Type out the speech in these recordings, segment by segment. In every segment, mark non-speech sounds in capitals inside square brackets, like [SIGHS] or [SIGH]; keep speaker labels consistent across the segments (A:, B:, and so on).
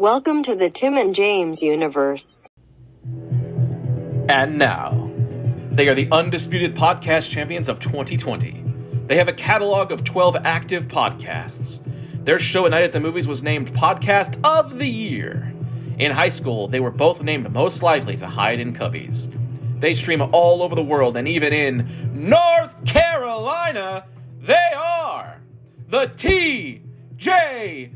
A: Welcome to the Tim and James universe.
B: And now, they are the undisputed podcast champions of 2020. They have a catalog of 12 active podcasts. Their show at night at the movies was named Podcast of the Year. In high school, they were both named most likely to hide in cubbies. They stream all over the world and even in North Carolina. They are the TJU.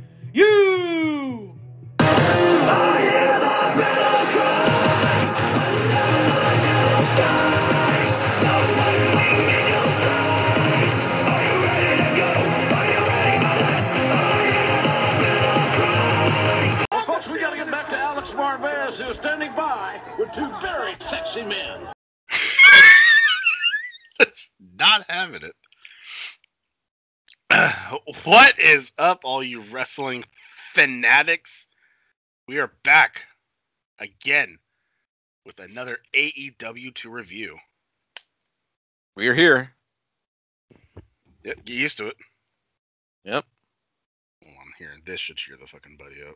C: Folks, we gotta get back to Alex Marvez, who's standing by with two very sexy men.
D: [LAUGHS] It's not having it. [CLEARS THROAT] what is up, all you wrestling fanatics? We are back again with another AEW to review.
E: We're here.
D: Yep, get used to it.
E: Yep.
D: Oh, I'm hearing this should cheer the fucking buddy up.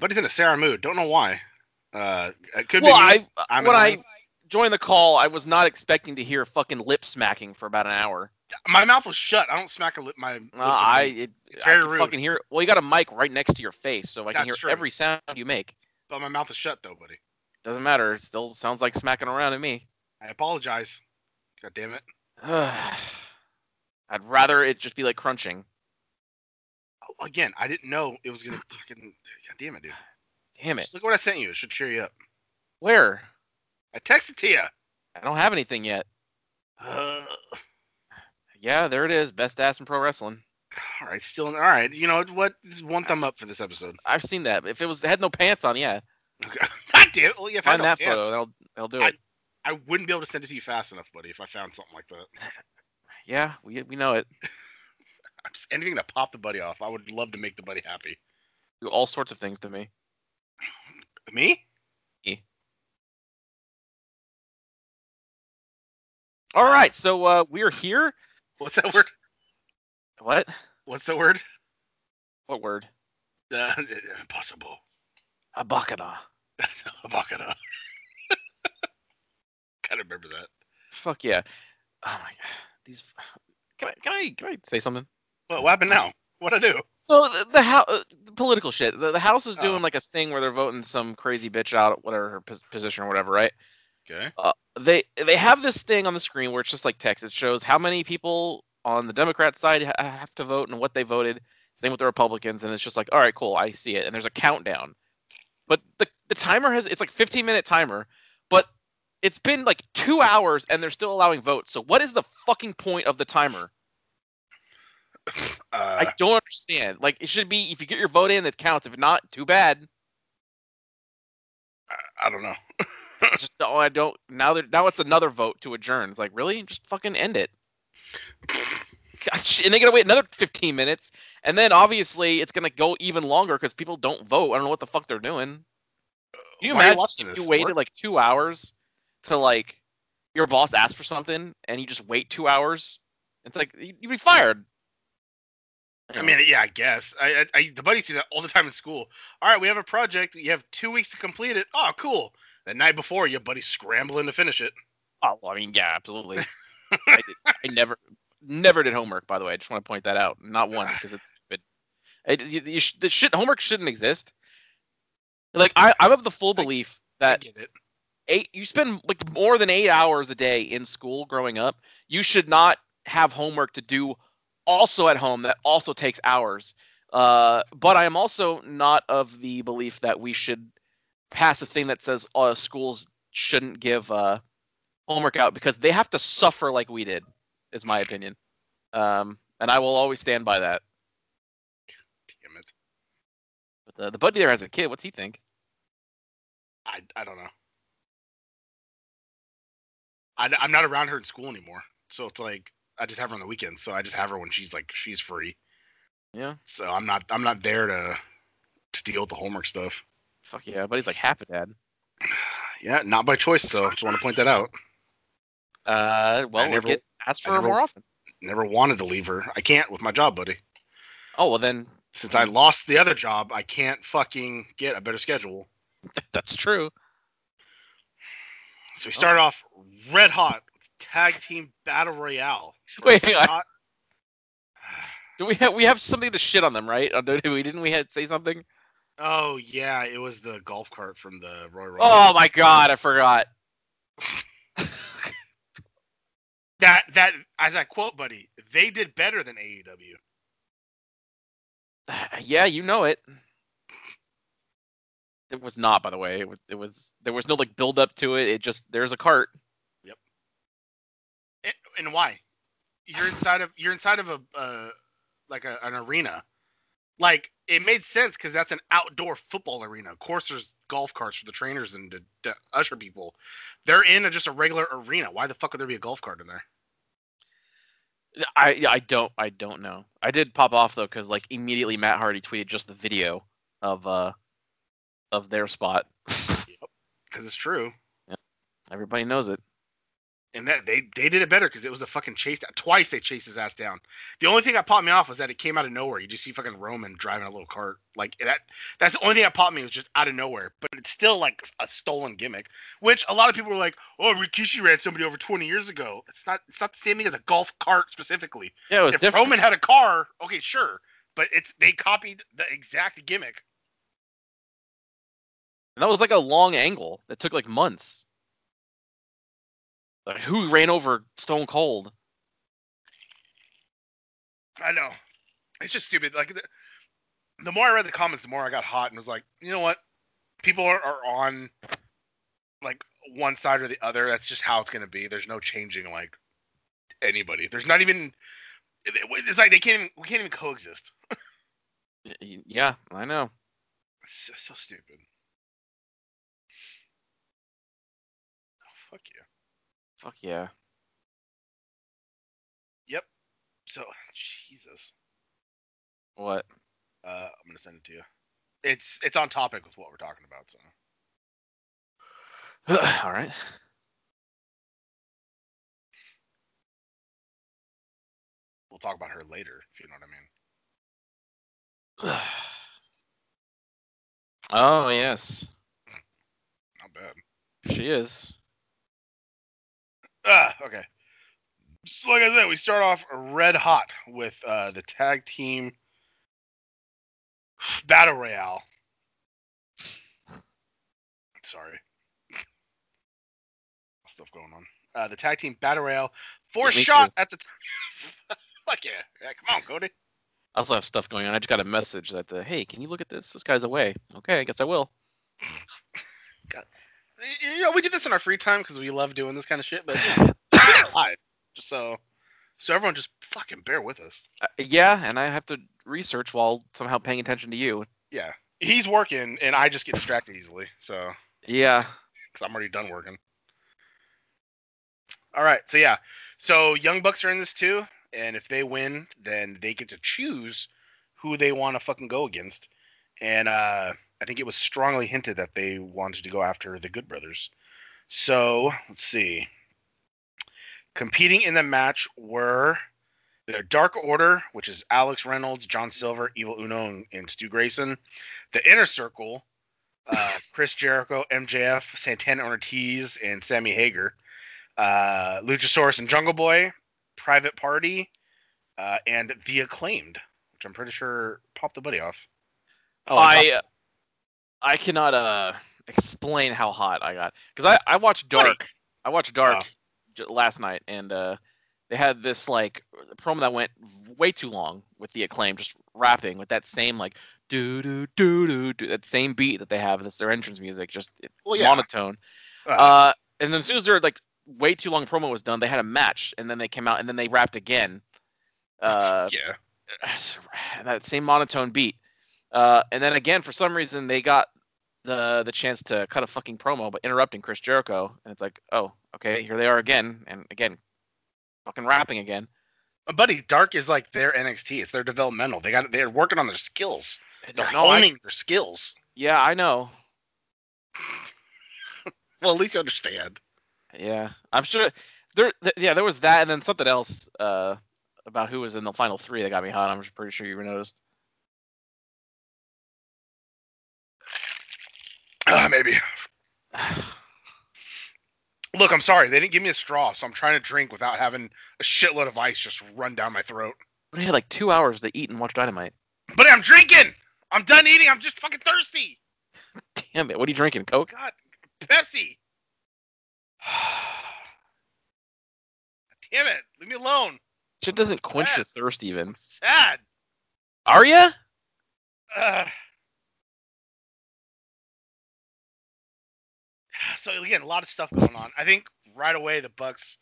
D: Buddy's in a sour mood. Don't know why. Uh, it could
E: well,
D: be me.
E: I
D: I'm
E: when
D: annoyed.
E: I joined the call, I was not expecting to hear fucking lip smacking for about an hour.
D: my mouth was shut. I don't smack a lip. My lips
E: Uh,
D: are
E: I
D: moving.
E: it,
D: It's
E: I
D: very
E: can
D: rude.
E: fucking hear. Well, you got a mic right next to your face, so I can
D: That's
E: hear
D: true.
E: every sound you make.
D: but my mouth is shut though, buddy.
E: Doesn't matter. It still sounds like smacking around to me. [SIGHS]
D: I apologize. God damn it.
E: I'd rather it just be like crunching.
D: Oh, Again, I didn't know it was gonna fucking. God damn it, dude.
E: Damn it.
D: Just look what I sent you. It should cheer you up.
E: Where?
D: I texted to [SIGHS] you.
E: I don't have anything yet.
D: Uh,
E: Yeah, there it is. Best ass in pro wrestling.
D: all right, still. All right, you know what? Just one thumb up for this episode. [LAUGHS]
E: I've seen that. If it was had no pants on, yeah,
D: Okay. God damn it. Well, yeah, if I
E: find
D: had
E: that
D: a chance,
E: photo. That'll that'll do
D: I-
E: it.
D: I wouldn't be able to send it to you fast enough, buddy. If I found something like that,
E: Yeah, we we know it.
D: Just anything to pop the buddy off, I would love to make the buddy happy.
E: Do all sorts of things to me.
D: Me?
E: All right, so uh, we're here.
D: What's
E: [LAUGHS]
D: that word?
E: What?
D: What's the word?
E: What word?
D: Uh, [LAUGHS] impossible.
E: Abacada.
D: [LAUGHS] Avocado. Gotta remember that.
E: Fuck yeah. Oh my god. These. Can I can I can I say something?
D: What, what happened now? What I do?
E: So the, the house, the political shit. The, the house is doing
D: Oh.
E: like a thing where they're voting some crazy bitch out, whatever her pos- position or whatever, right?
D: [SNIFFS] Okay.
E: They they have this thing on the screen where it's just like text. It shows how many people on the Democrat side ha- have to vote and what they voted. Same with the Republicans, and it's just like, all right, cool, I see it. And there's a countdown, but the the timer has it's like 15 minute timer, but it's been like two hours and they're still allowing votes. So what is the fucking point of the timer?
D: Uh,
E: I don't understand. Like it should be if you get your vote in, it counts. If not, too bad.
D: I, I don't know. [LAUGHS]
E: It's just oh, I don't. Now that now it's another vote to adjourn. It's like really, just fucking end
D: [LAUGHS]
E: it. Gosh, and they gotta wait another 15 minutes, and then obviously it's gonna go even longer because people don't vote. I don't know what the fuck they're doing. Can you
D: Uh, Why are you
E: imagine
D: watching
E: if
D: this?
E: you waited
D: Work?
E: like two hours to like your boss asks for something and you just wait two hours? It's like you- you'd be fired.
D: I mean, yeah, I guess. I, I, I the buddies do that all the time in school. All right, we have a project. You have two weeks to complete it. Oh, cool. The night before, your buddy's scrambling to finish it.
E: Oh, well, I mean, yeah, absolutely. I, did, I never, never did homework. By the way, I just want to point that out. Not once, because it's stupid. I, you, you sh- the shit, homework shouldn't exist. Like I, I'm of the full belief
D: I
E: that
D: get it.
E: eight, you spend like more than eight hours a day in school growing up. You should not have homework to do also at home that also takes hours. Uh, but I am also not of the belief that we should pass a thing that says uh, schools shouldn't give uh, homework out because they have to suffer like we did, is my opinion. Um, and I will always stand by that.
D: Damn it.
E: But the, the buddy there has a kid. What's he think?
D: I, I don't know. I, I'm not around her in school anymore. So it's like, I just have her on the weekends. So I just have her when she's like, she's free.
E: Yeah.
D: So I'm not, I'm not there to, to deal with the homework stuff.
E: Fuck yeah, buddy's like half a dad.
D: Yeah, not by choice though. Just want to point that out.
E: Uh, well,
D: I never-
E: get, ask
D: I
E: for her
D: never-
E: more often.
D: Never wanted to leave her. I can't with my job, buddy.
E: Oh well, then
D: Since I lost the other job, I can't fucking get a better schedule.
E: That's true.
D: So we
E: Oh.
D: start off red hot with tag team battle royale.
E: [LAUGHS] Wait, hang on.
D: Not- [SIGHS]
E: Do we have we have something to shit on them, right? Uh, [LAUGHS] Did we didn't we had say something?
D: Oh yeah, it was the golf cart from the Roy Rumble.
E: Oh my god, I forgot. [SIGHS]
D: That that as I quote, buddy, they did better than E AEW.
E: Yeah, you know it. It was not, by the way. It was, it was there was no like build up to it. It just there's a cart.
D: And- and why? You're inside of you're inside of a uh, like a, an arena. Like it made sense because that's an outdoor football arena. Of course, there's golf carts for the trainers and to, to usher people. They're in a, just a regular arena. Why the fuck would there be a golf cart in there?
E: I yeah, I don't I don't know. I did pop off though because like immediately Matt Hardy tweeted just the video of uh of their spot. [LAUGHS]
D: Because it's true.
E: Everybody knows it.
D: And that they they did it better because it was a fucking chase. Twice they chased his ass down. The only thing that popped me off was that it came out of nowhere. You just see fucking Roman driving a little cart like that. That's the only thing that popped me was just out of nowhere. But it's still like a stolen gimmick, which a lot of people were like, "Oh, Rikishi ran somebody over 20 years ago." It's not it's not the same thing as a golf cart specifically.
E: Yeah, it was
D: If
E: different.
D: Roman had a car, okay, sure, but it's they copied the exact gimmick.
E: And that was like a long angle that took like months. Like, who ran over Stone Cold?
D: I know. It's just stupid. Like the, the more I read the comments, the more I got hot and was like, you know what? People are, are on like one side or the other. That's just how it's gonna be. There's no changing like anybody. There's not even. It's like they can't even. We can't even coexist.
E: Y- y- Yeah, I know.
D: It's just so stupid. Oh, fuck you.
E: Fuck yeah.
D: So Jesus.
E: What? [SIGHS]
D: Uh, I'm gonna send it to you. It's it's on topic with what we're talking about. So.
E: All right. [SIGHS]
D: we'll talk about her later if you know what I mean.
E: oh yes,
D: Not bad.
E: she is.
D: Ah, okay. So like I said, we start off red hot with uh, the tag team [SIGHS] battle royale. Sorry, [LAUGHS] stuff going on. Uh, the tag team battle royale, four
E: Yeah, me
D: shot at the. [LAUGHS] T- Fuck yeah. yeah! Come on, Cody.
E: I also have stuff going on. I just got a message that uh, hey, can you look at this? This guy's away. Okay, I guess I will. [SIGHS]
D: Y- You know we do this in our free time because we love doing this kind of
E: [COUGHS]
D: shit, but you know,
E: Uh,
D: we're live, just so so everyone just fucking bear with us.
E: yeah, and I have to research while somehow paying attention to you.
D: Yeah. He's working, and I just get distracted easily. So,
E: Yeah.
D: because I'm already done working. All right. So, yeah. So, Young Bucks are in this too. And if they win, then they get to choose who they want to fucking go against. And uh, I think it was strongly hinted that they wanted to go after the Good Brothers. So, let's see. Competing in the match were the Dark Order, which is Alex Reynolds, John Silver, Evil Uno, and- and Stu Grayson. The Inner Circle, uh, Chris Jericho, MJF, Santana Ortiz, and Sammy Hager. Uh, Luchasaurus and Jungle Boy, Private Party, uh, and The Acclaimed, which I'm pretty sure popped the buddy off. Oh,
E: I uh, I cannot uh explain how hot I got because I I watched
D: Buddy.
E: Dark. I watched Dark j- last night and uh they had this like promo that went way too long with the acclaim just rapping with that same like do do do do do that same beat that they have that's their entrance music just it-
D: Well, yeah.
E: monotone. Uh, and then as soon as their like way too long promo was done, they had a match and then they came out and then they rapped again. Uh,
D: yeah.
E: [LAUGHS] that same monotone beat. Uh, and then again, for some reason, they got the the chance to cut a fucking promo, but interrupting Chris Jericho, and it's like, oh, okay, here they are again, and again, fucking rapping again.
D: Uh, buddy, Dark is like their NXT. It's their developmental. They got they're working on their skills. They're
E: No, I-
D: honing their skills.
E: yeah, I know.
D: Well, at least you understand.
E: Yeah, I'm sure. There, th- yeah, there was that, and then something else uh, about who was in the final three that got me hot. I'm pretty sure you noticed. [SIGHS]
D: Uh, maybe. Look, I'm sorry. They didn't give me a straw, so I'm trying to drink without having a shitload of ice just run down my throat.
E: We had like two hours to eat and watch Dynamite. [LAUGHS]
D: But I'm drinking. I'm done eating. I'm just fucking thirsty.
E: Damn it! What are you drinking? Coke?
D: God, Pepsi. [SIGHS] Damn it. Leave me alone.
E: Shit doesn't quench your
D: Yes.
E: thirst even.
D: Sad.
E: Are ya?
D: Uh, so again, a lot of stuff going on. I think right away the Bucks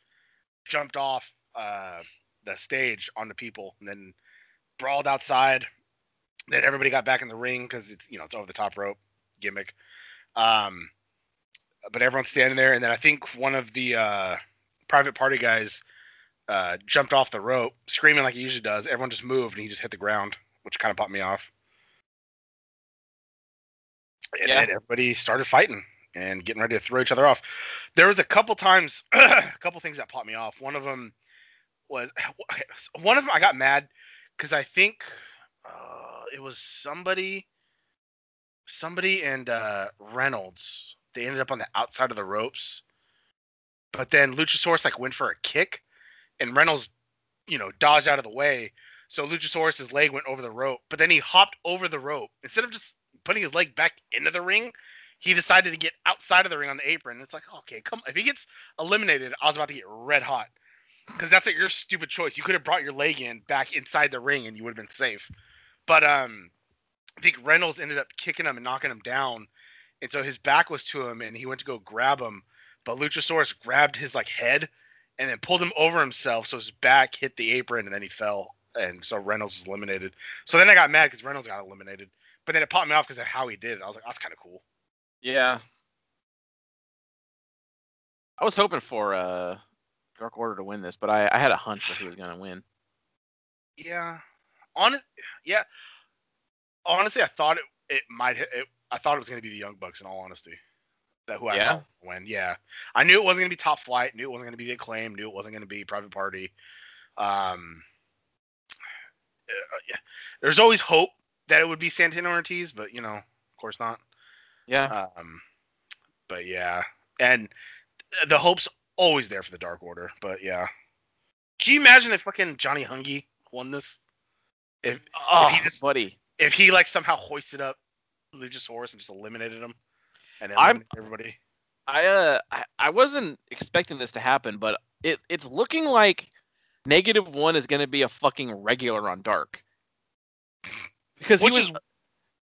D: jumped off uh, the stage on the people, and then brawled outside. Then everybody got back in the ring because it's you know it's over the top rope gimmick. Um, but everyone's standing there, and then I think one of the uh, private party guys uh, jumped off the rope, screaming like he usually does. Everyone just moved, and he just hit the ground, which kind of popped me off. And
E: Yeah.
D: then everybody started fighting and getting ready to throw each other off. There was a couple times, [CLEARS THROAT] a couple things that popped me off. One of them was [SIGHS] one of them I got mad because I think uh, it was somebody, somebody and uh, Reynolds. They ended up on the outside of the ropes, but then Luchasaurus like went for a kick, and Reynolds, you know, dodged out of the way. So Luchasaurus's leg went over the rope, but then he hopped over the rope instead of just putting his leg back into the ring. He decided to get outside of the ring on the apron. It's like, okay, come. If he gets eliminated, I was about to get red hot because that's like your stupid choice. You could have brought your leg in back inside the ring and you would have been safe. But um, I think Reynolds ended up kicking him and knocking him down, and so his back was to him, and he went to go grab him, but Luchasaurus grabbed his like head and then pulled him over himself, so his back hit the apron and then he fell, and so Reynolds was eliminated. So then I got mad because Reynolds got eliminated, but then it popped me off because of how he did it. I was like, that's kind of cool.
E: Yeah. I was hoping for uh, Dark Order to win this, but I, I had a hunch that he was gonna win.
D: Yeah. Honest, yeah. Honestly, I thought it it might hit- it, I thought it was going to be the Young Bucks in all honesty. That who I
E: Yeah?
D: thought would win. Yeah. I knew it wasn't going to be Top Flight, knew it wasn't going to be The Acclaim, knew it wasn't going to be Private Party. Um uh, yeah. There's always hope that it would be Santana Ortiz, but you know, of course not.
E: Yeah.
D: Um but yeah. And th- the hope's always there for the Dark Order, but yeah. Can you imagine if fucking Johnny Hungy won this? If
E: oh,
D: he just-
E: buddy.
D: if he like somehow hoisted up Luchasaurus and just eliminated him and
E: I'm-
D: eliminated everybody.
E: I uh I, I wasn't expecting this to happen, but it it's looking like negative one is gonna be a fucking regular on Dark. Because
D: Which
E: he was
D: is-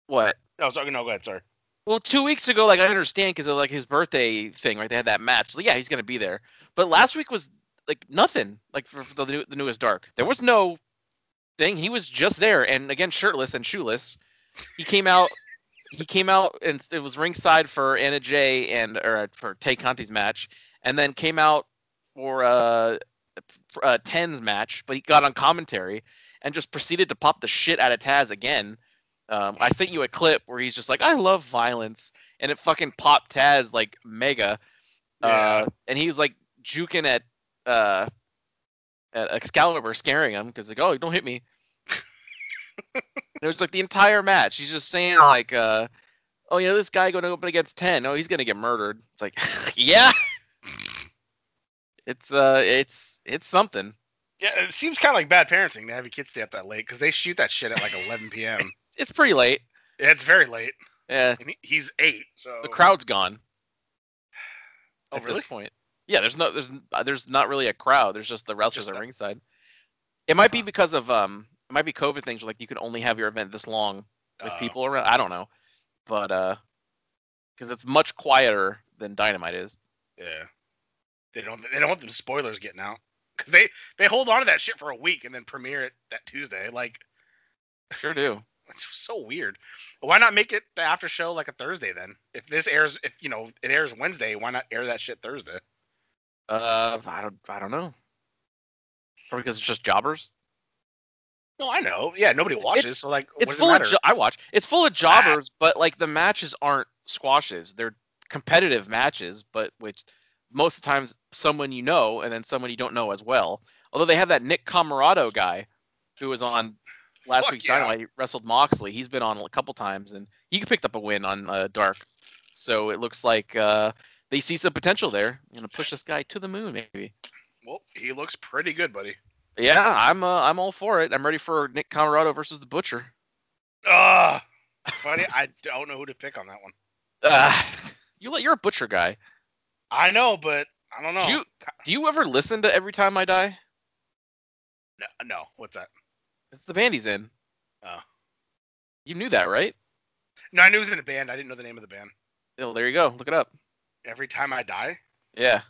E: what?
D: No, Oh, sorry, no, go ahead, sorry.
E: Well, two weeks ago, like I understand because of like his birthday thing, right? They had that match, so yeah, he's gonna be there. But last week was like nothing, like for, for the, new, the newest Dark. There was no thing. He was just there, and again, shirtless and shoeless. He came out. He came out and it was ringside for Anna Jay and or uh, for Tay Conti's match, and then came out for uh, for, uh Ten's match, but he got on commentary and just proceeded to pop the shit out of Taz again. Um, I sent you a clip where he's just like, "I love violence," and it fucking popped Taz like mega, uh, and he was like juking at uh, at Excalibur, scaring him because like, "Oh, don't hit me." it was like the entire match. He's just saying like, uh, "Oh, you know this guy going to open against ten. Oh, he's gonna get murdered." It's like, [LAUGHS] yeah, it's uh, it's it's something.
D: Yeah, it seems kind of like bad parenting to have your kids stay up that late because they shoot that shit at like 11 p.m.
E: It's pretty late.
D: [LAUGHS] yeah, it's very late.
E: Yeah,
D: And he, he's eight, so
E: the crowd's gone.
D: Oh,
E: at
D: really?
E: this point. Yeah, there's no there's uh, there's not really a crowd. There's just the wrestlers
D: Just
E: at
D: that.
E: ringside. It might be because of um it might be COVID things where, like you can only have your event this long with
D: Uh,
E: people around. I don't know, but uh, because it's much quieter than Dynamite is.
D: Yeah, they don't they don't want them spoilers getting out because they they hold on to that shit for a week and then premiere it that Tuesday. Like
E: Sure do.
D: It's so weird. Why not make it the after show like a Thursday then? If this airs, if you know it airs Wednesday, why not air that shit Thursday?
E: Uh, I don't I don't know. Or because it's just jobbers.
D: No, I know. Yeah, nobody watches,
E: It's-
D: so like, what
E: It's
D: does it
E: full of
D: matter?
E: jo- I watch. It's full of jobbers, but like the matches aren't squashes. They're competitive matches, but which most of the times someone you know and then someone you don't know as well. Although they have that Nick Camarado guy who was on last
D: Fuck
E: week's
D: yeah.
E: Dynamite. He wrestled Moxley. He's been on a couple times and he picked up a win on uh, Dark. So it looks like uh, they see some potential there. I'm gonna push this guy to the moon, maybe.
D: Well, he looks pretty good, buddy.
E: Yeah, I'm uh, I'm all for it. I'm ready for Nick Conrado versus the Butcher.
D: Ah, buddy, [LAUGHS] I don't know who to pick on that one.
E: Uh, you let you're a Butcher guy.
D: I know, but I don't know.
E: Do you do you ever listen to Every Time I Die?
D: No, no, what's that?
E: It's the band he's in.
D: Oh.
E: You knew that, right?
D: No, I knew it was in a band. I didn't know the name of the band.
E: Oh, there you go. Look it up.
D: Every time I die,
E: Yeah.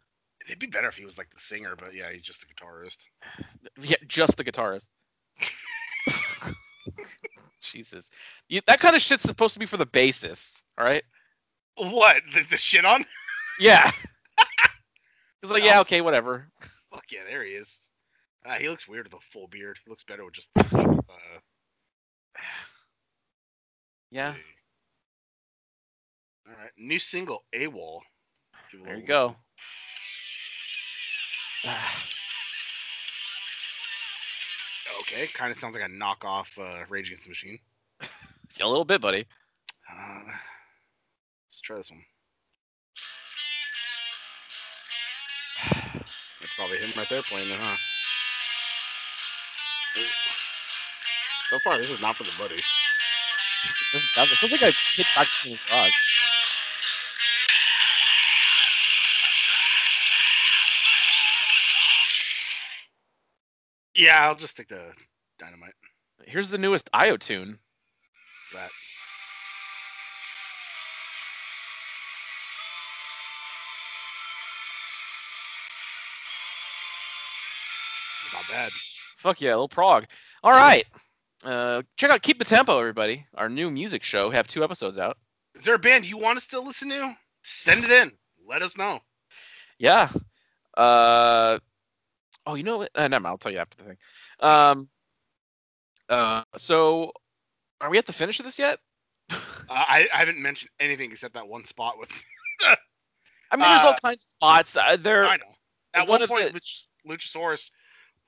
D: it'd be better if he was like the singer, but yeah, he's just the guitarist.
E: Yeah, just the guitarist. [LAUGHS] Jesus. You, that kind of shit's supposed to be for the bassist, all right?
D: What? The, the shit [LAUGHS] on?
E: Yeah. [LAUGHS] It's like, yeah, okay, whatever.
D: Fuck yeah, there he is. Ah, he looks weird with a full beard. He looks better with just. Uh,
E: Yeah,
D: All right, new single AWOL. Give a
E: there you
D: little
E: go. [SIGHS]
D: listen. Okay, kind of sounds like a knockoff uh, Rage Against the Machine.
E: A little bit, buddy.
D: Uh, let's try this one. [SIGHS] That's probably him right there playing it, huh? So far, this is not for the buddy.
E: This is dumb. It sounds like a kid practicing his garage.
D: Yeah, I'll just stick to Dynamite.
E: Here's the newest IO tune.
D: That. Not bad.
E: Fuck yeah, little prog. All right. Uh, check out Keep the Tempo, everybody. Our new music show. We have two episodes out.
D: Is there a band you want us to listen to? Send it in. Let us know.
E: Yeah. Uh, oh, you know what? Uh, never mind. I'll tell you after the thing. Um, uh, so, are we at the finish of this yet?
D: Uh, I, I haven't mentioned anything except that one spot with. [LAUGHS]
E: I mean, there's all
D: Uh,
E: kinds of spots. Uh, there,
D: I know. At
E: One
D: one,
E: of
D: point,
E: the-
D: Luch- Luchasaurus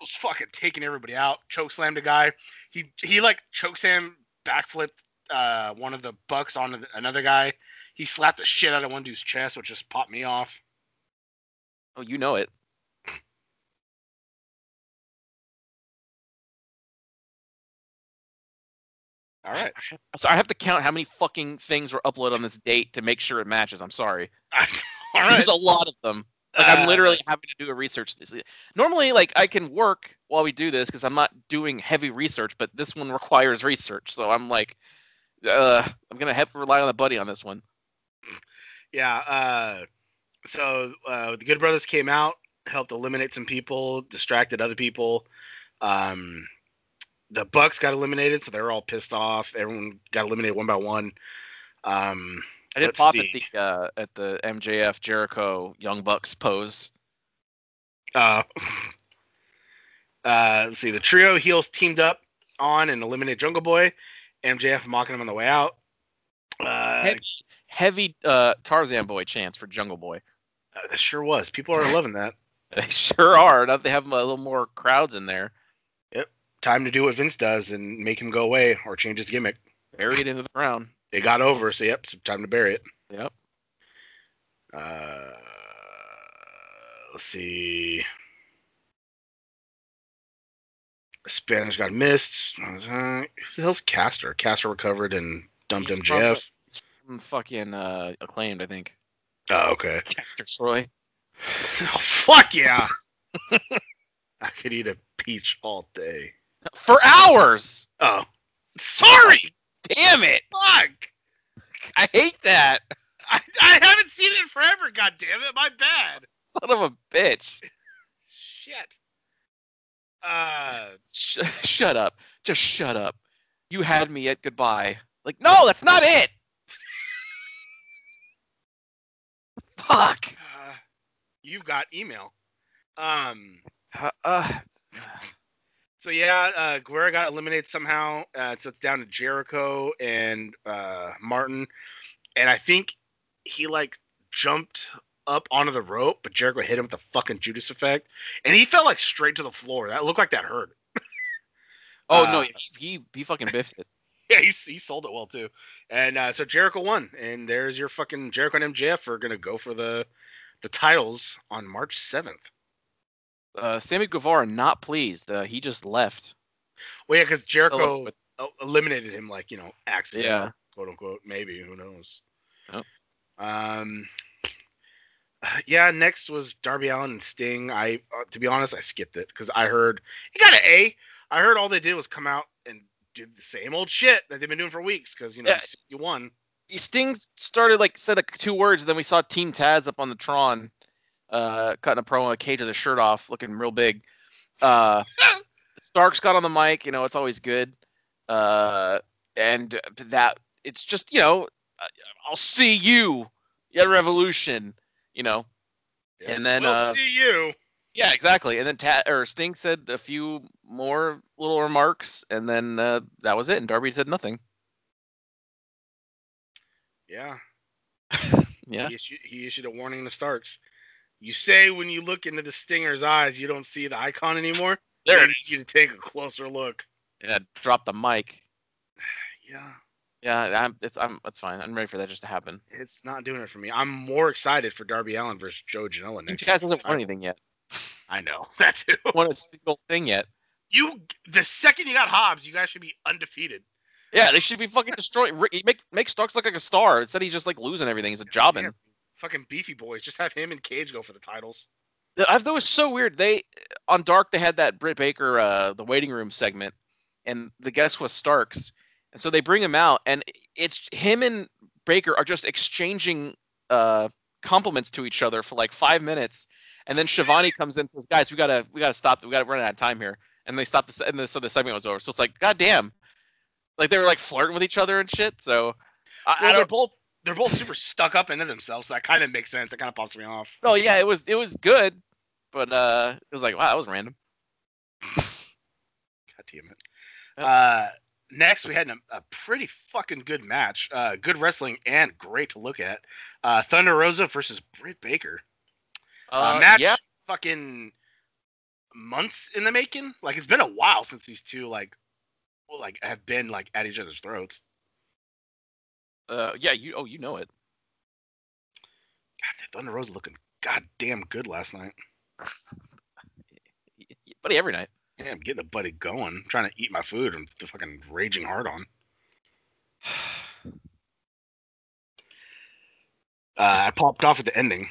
D: was fucking taking everybody out. Choke slammed a guy. He he like choke slam backflipped uh, one of the bucks onto the, another guy. He slapped the shit out of one dude's chest, which just popped me off.
E: oh, you know it.
D: All right. [LAUGHS]
E: So I have to count how many fucking things were uploaded on this date to make sure it matches. I'm sorry.
D: All right.
E: There's a lot of them. Like I'm
D: Uh,
E: literally having to do a research. this- Normally, like I can work while we do this because I'm not doing heavy research, but this one requires research. So I'm like, uh, I'm gonna have to rely on the buddy on this one.
D: Yeah. Uh, so uh, the Good Brothers came out, helped eliminate some people, distracted other people. Um, the Bucks got eliminated, so they were all pissed off. Everyone got eliminated one by one. Um,
E: I did
D: Let's
E: pop
D: see.
E: at the uh, at the MJF Jericho Young Bucks pose.
D: uh, [LAUGHS] uh, let's see. The trio heels teamed up on and eliminated Jungle Boy. MJF mocking him on the way out. Uh,
E: Heavy, heavy uh, Tarzan boy chance for Jungle Boy. [LAUGHS]
D: uh, that sure was. People are loving that.
E: They sure are. Now that they have a little more crowds in there,
D: Time to do what Vince does and make him go away or change his gimmick.
E: bury it into the ground.
D: It got over, so yep, so time to bury it.
E: Yep.
D: Uh, let's see. Spanish got missed. Uh, who the hell's Caster? Caster recovered and dumped
E: He's
D: MJF.
E: It's from fucking uh, acclaimed, I think.
D: Oh, okay. [LAUGHS]
E: Dexter Troy.
D: Oh, fuck [LAUGHS] yeah. I could eat a peach all day.
E: For hours.
D: Oh. Sorry!
E: Damn it.
D: Fuck! [LAUGHS]
E: I hate that.
D: I, I haven't seen it in forever, God damn it! My bad!
E: Son of a bitch.
D: Shit. Uh.
E: Sh- shut up. Just shut up. You had me at goodbye. Like, no, that's not it. [LAUGHS] Fuck.
D: Uh, you've got email. Um,
E: Uh, uh,
D: so yeah, uh, Guerra got eliminated somehow. Uh, so it's down to Jericho and uh, Martin, and I think he like jumped up onto the rope, but Jericho hit him with the fucking Judas effect, and he fell like straight to the floor. That looked like that hurt.
E: oh
D: Uh,
E: no, he, he he fucking biffed it.
D: [LAUGHS] yeah, he, he sold it well too. And uh, so Jericho won, and there's your fucking Jericho and MJF are gonna go for the the titles on March seventh.
E: Uh, Sammy Guevara not pleased. Uh, he just left.
D: Well, yeah, because Jericho el- eliminated him like you know accident,
E: Yeah.
D: quote unquote. Maybe who knows?
E: Yep.
D: Um. uh, Yeah, next was Darby Allen and Sting. I, uh, to be honest, I skipped it because I heard it got an A. I heard all they did was come out and did the same old shit that they've been doing for weeks because you know
E: Yeah.
D: you won.
E: Sting started like said like two words, and then we saw Team Taz up on the Tron, uh, cutting a promo, a cage of the shirt off, looking real big. [LAUGHS] Uh, Starks got on the mic. You know, it's always good. Uh, and that it's just you know, uh, I'll see you at Revolution. You know,
D: Yeah.
E: And then,
D: we'll
E: uh,
D: see you.
E: yeah, exactly. And then Ta- or Sting said a few more little remarks, and then uh, that was it. And Darby said nothing.
D: Yeah.
E: Yeah.
D: He issued, he issued a warning to Starks. You say when you look into the Stinger's eyes, you don't see the icon anymore. We need You to take a closer look.
E: Yeah, drop the mic.
D: Yeah,
E: Yeah, I'm, it's I'm it's fine. I'm ready for that just to happen.
D: it's not doing it for me. I'm more excited for Darby Allen versus Joe Janela
E: Team
D: next.
E: Taz hasn't
D: I-
E: won anything yet.
D: I know [LAUGHS] that too.
E: Won a single thing yet.
D: You, the second you got Hobbs, you guys should be undefeated.
E: Yeah, they should be fucking destroying. Rick, make make Starks look like a star. Instead, he's just like losing everything. He's a jobbing.
D: Yeah, fucking beefy boys. Just have him and Cage go for the titles.
E: I thought it was so weird. They on Dark they had that Britt Baker uh, the waiting room segment, and the guest was Starks, and so they bring him out, and it's him and Baker are just exchanging uh, compliments to each other for like five minutes, and then Shivani comes in and says, "Guys, we gotta we gotta stop. We gotta run out of time here," and they stopped the se- and the, so the segment was over. So it's like, god damn, like they were like flirting with each other and shit. So I, I
D: Well, they're
E: don't.
D: both they're both super [LAUGHS] stuck up into themselves. So that kind of makes sense. That kind of pops me off.
E: No, Oh, yeah, it was it was good, but uh, it was like wow, that was random.
D: God damn it. Uh, next, we had a, a pretty fucking good match. Uh, good wrestling and great to look at. Uh, Thunder Rosa versus Britt Baker. Uh,
E: Uh,
D: match
E: yeah.
D: fucking months in the making. Like it's been a while since these two like well, like have been like at each other's throats.
E: Uh, yeah, you. Oh, you know it.
D: God, that Thunder Rosa looking goddamn good last night.
E: Y- y- Buddy, every night.
D: Yeah, I'm getting the buddy going. I'm trying to eat my food. I'm the fucking raging hard on. Uh, I popped off at the ending.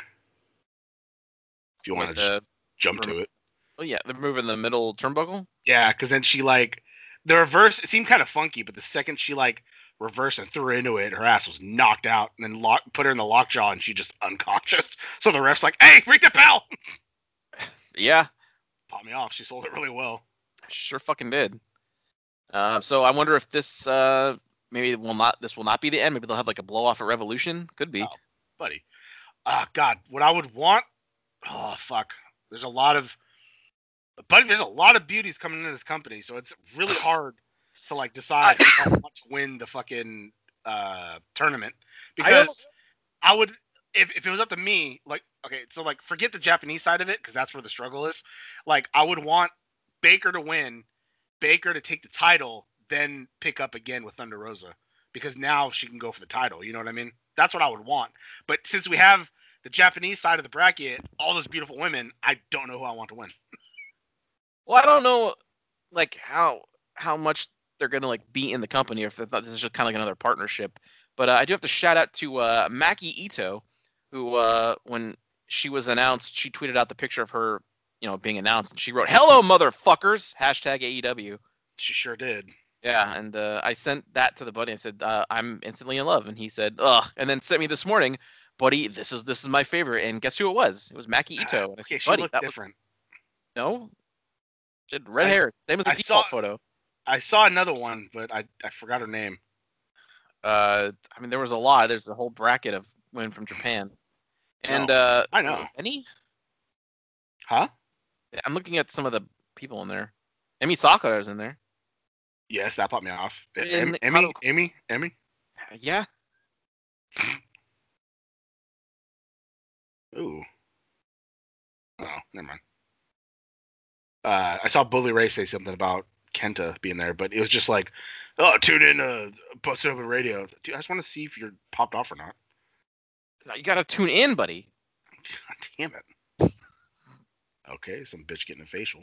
D: If you want to
E: With the,
D: jump to
E: rem-
D: it.
E: oh yeah, the move in the middle turnbuckle.
D: Yeah, because then she like the reverse. It seemed kind of funky, but the second she like reversed and threw into it, her ass was knocked out, and then lock, put her in the lockjaw, and she just [LAUGHS] unconscious. So the ref's like, "Hey, ring the bell!" [LAUGHS]
E: Yeah,
D: Pop me off. She sold it really well.
E: sure fucking did. Uh, so I wonder if this uh maybe it will not this will not be the end. Maybe they'll have like a blow off at Revolution. Could be.
D: Oh. buddy. Ah, God, what I would want. Oh, fuck. There's a lot of, but there's a lot of beauties coming into this company, so it's really hard to like decide if I want to win the fucking uh, tournament because I, would. If, if it was up to me, like okay, so like forget the Japanese side of it because that's where the struggle is. Like I would want Baker to win, Baker to take the title, then pick up again with Thunder Rosa because now she can go for the title. You know what I mean? That's what I would want. But since we have the Japanese side of the bracket, all those beautiful women, I don't know who I want to win.
E: Well, I don't know, like how how much they're gonna like be in the company, or if they thought this is just kind of like another partnership. But uh, I do have to shout out to uh, Maki Ito, who uh, when she was announced, she tweeted out the picture of her, you know, being announced, and she wrote, "Hello, motherfuckers!" hashtag AEW.
D: She sure did.
E: Yeah, and uh, I sent that to the buddy. I said, uh, "I'm instantly in love," and he said, "Ugh," and then sent me this morning, buddy. This is this is my favorite, and guess who it was? It was Maki
D: [SIGHS]
E: Ito. And I
D: Okay,
E: said,
D: she
E: buddy,
D: looked
E: that was
D: different.
E: no. She had red
D: I-
E: hair, same as the
D: I
E: default
D: saw-
E: photo.
D: I saw another one, but I, I forgot her name.
E: uh, I mean, there was a lot. There's a whole bracket of women from Japan, and uh,
D: I know.
E: any.
D: Huh?
E: I'm looking at some of the people in there. Emi Sakura is in there.
D: Yes, that popped me off.
E: In-
D: Em- Emmy? Emmy? Emmy?
E: Uh, Yeah,
D: Ooh. Oh, never mind. Uh, I saw Bully Ray say something about Kenta being there, but it was just like, oh, tune in to Busted Open Radio. Dude, I just want to see if you're popped off or not. [LAUGHS]
E: You gotta tune in, buddy.
D: God damn it. Okay, some bitch getting a facial.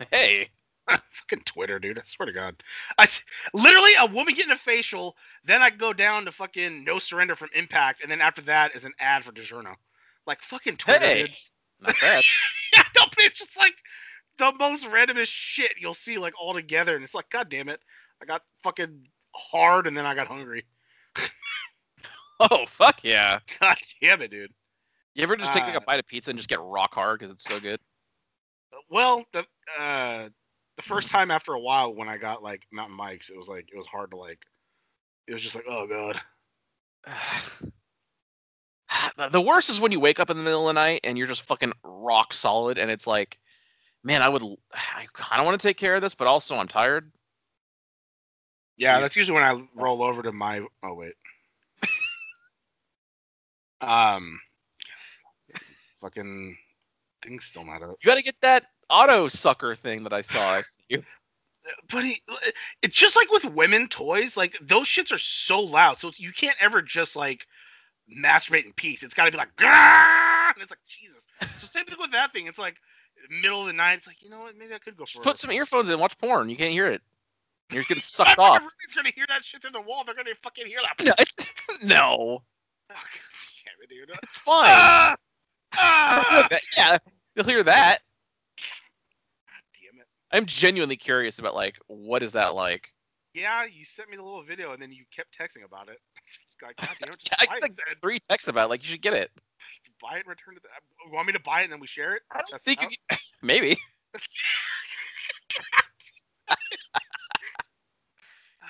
D: [LAUGHS]
E: Hey,
D: Fucking Twitter, dude. I swear to God. I s- literally a woman getting a facial. Then I go down to fucking No Surrender from Impact, and then after that is an ad for DiGiorno. Like fucking Twitter,
E: Hey.
D: dude.
E: [LAUGHS] not bad.
D: Yeah, no, but it's just like the most randomest shit you'll see like all together, and it's like, God damn it, I got fucking hard, and then I got hungry. [LAUGHS]
E: oh fuck yeah!
D: God damn it, dude.
E: You ever just take like
D: Uh,
E: a bite of pizza and just get rock hard because it's so good?
D: Well, the uh, the first time after a while when I got like Mountain Mike's, it was like it was hard to like. It was just like, oh god.
E: [SIGHS] The- the worst is when you wake up in the middle of the night and you're just fucking rock solid, and it's like, man, I would, [SIGHS] I kind of want to take care of this, but also I'm tired.
D: Yeah, that's usually when I roll over to my. Oh wait. [LAUGHS] um. Fucking thing's still not up.
E: You gotta get that auto sucker thing that I saw. [LAUGHS] I sent you.
D: But he, it's just like with women toys, like those shits are so loud, so it's, you can't ever just like masturbate in peace. It's got to be like, "Grrrr!" and it's like Jesus. So same thing with that thing. It's like middle of the night. It's like you know what? Maybe I could go for
E: Just
D: a-
E: put some earphones in, and watch porn. You can't hear it. You're just getting [LAUGHS]
D: My
E: sucked
D: fucking
E: off.
D: roommate's gonna hear that shit through the wall. They're gonna fucking hear that.
E: No, it's [LAUGHS] no,
D: Oh, God damn it, dude.
E: it's fine. [LAUGHS]
D: Ah! Ah! God
E: yeah, you'll hear that.
D: damn it.
E: I'm genuinely curious about like what is that like?
D: Yeah, you sent me the little video, and then you kept texting about it. Like, God damn it, just
E: Yeah, I
D: buy it,
E: think-
D: then.
E: Three texts about it, like you should get it.
D: buy it and return it. You want me to buy it and then we share it?
E: I don't
D: That's
E: think
D: how-
E: you can, [LAUGHS] maybe.